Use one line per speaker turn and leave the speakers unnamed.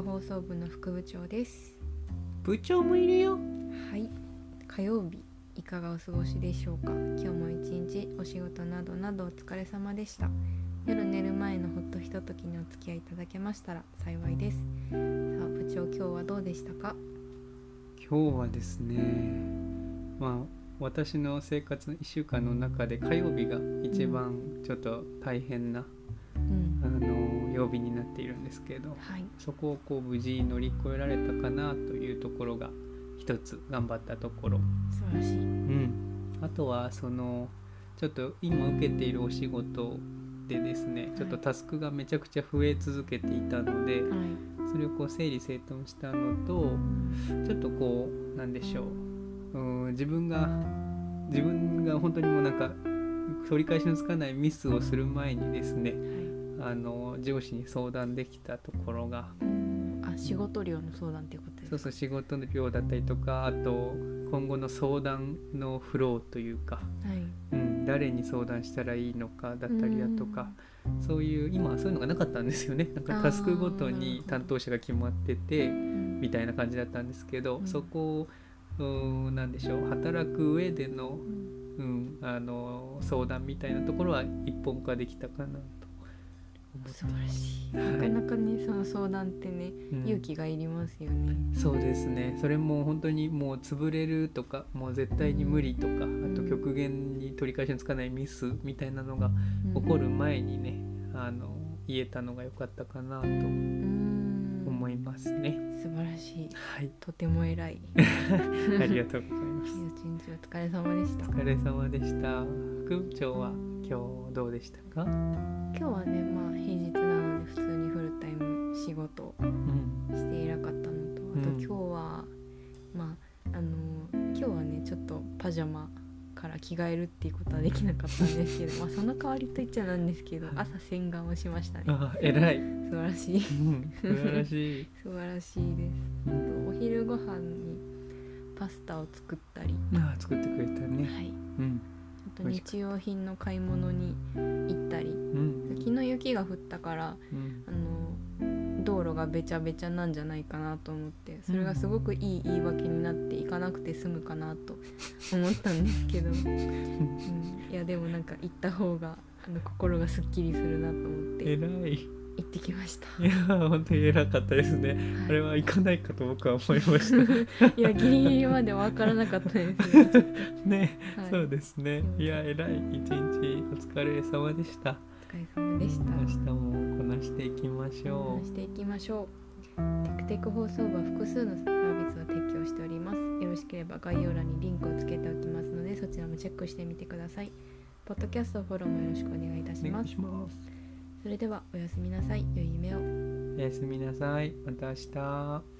放送部の副部長です
部長もいるよ
はい火曜日いかがお過ごしでしょうか今日も一日お仕事などなどお疲れ様でした夜寝る前のほっとひとときにお付き合いいただけましたら幸いですさあ部長今日はどうでしたか
今日はですねまあ私の生活の1週間の中で火曜日が一番ちょっと大変な、
うん
あの曜日になっているんですけれど
はい
そこをこう無事乗り越えられたかなというところが一つ頑張ったところ、
素晴らしい
うん、あとはそのちょっと今受けているお仕事でですねちょっとタスクがめちゃくちゃ増え続けていたので、
はい
それをこう整理整頓したのとちょっとこうなんでしょううーん自分が自分が本当にもうなんか取り返しのつかないミスをする前にですね
は
あの上司に相談できたところが
いあ仕事量の相談ということです
そうそう仕事の量だったりとかあと今後の相談のフローというか、
はい
うん、誰に相談したらいいのかだったりだとかそういう今はそういうのがなかったんですよねなんかタスクごとに担当者が決まってて。
うん
みたいな感じだったんですけど、
うん
そこをうーんなんでしょう働く上で
う
の,、
ん
うん、あの相談みたいなところは一本化できたかなと
素晴らしい
はい
なかなかねその相談ってね
うん
勇気がいりますよね
そうですねそれも本当にもう潰れるとかもう絶対に無理とかあと極限に取り返しのつかないミスみたいなのが起こる前にね、あの言えたのが良かったかなと
うん
思いますね。
素晴らしい
はい、
とても偉 い
ありがとうございま
一。
す
日お疲れ様でした
お疲れ様でした。副部長は今日どうでしたか？
今日はねまあ平日なので普通にフルタイム仕事を
うん、
して偉かったのとあと今
うん
日は、まああの今日はねちょっとパジャマから着替えるっていうことはできなかったんですけど まあその代わりと言っちゃなんですけど
はい
朝洗顔をしましたね
あ、偉い。う
素晴らしい
ん素晴らしい。
素晴らしいですあとお昼ご飯にパスタを作ったり
あ、作ってくれたね。
はい
うん、
あと日用品の買い物に行ったり
うん、
昨日雪が降ったから
うん、
あの道路がべちゃべちゃなんじゃないかなと思ってそれがすごくいい言い訳になって行かなくて済むかなと思ったんです けど、うん、いやでもなんか行った方があの心がすっきりするなと思って
偉い。い
行ってきました。は
や、本当に偉かったですね。
い
あれは行かないかと僕は思いまし た。
いやギリギリまで分からなかったですね。
ね、
はい、
そう
お疲
ですね。いや、偉い。一日お疲れ様でした。
れ様でした。
明日もこなしていきましょう。
していきましょうテクテク放送部は複数のサービスを提供しておりますよろしければ概要欄にリンクをつけておきますのでそちらもチェックしてみてくださいポッドキャストフォローもよろしくお願いいたし
お願
ま
い
す
します。
それではおやすみなさい良い夢を
おやすみなさい。また明日。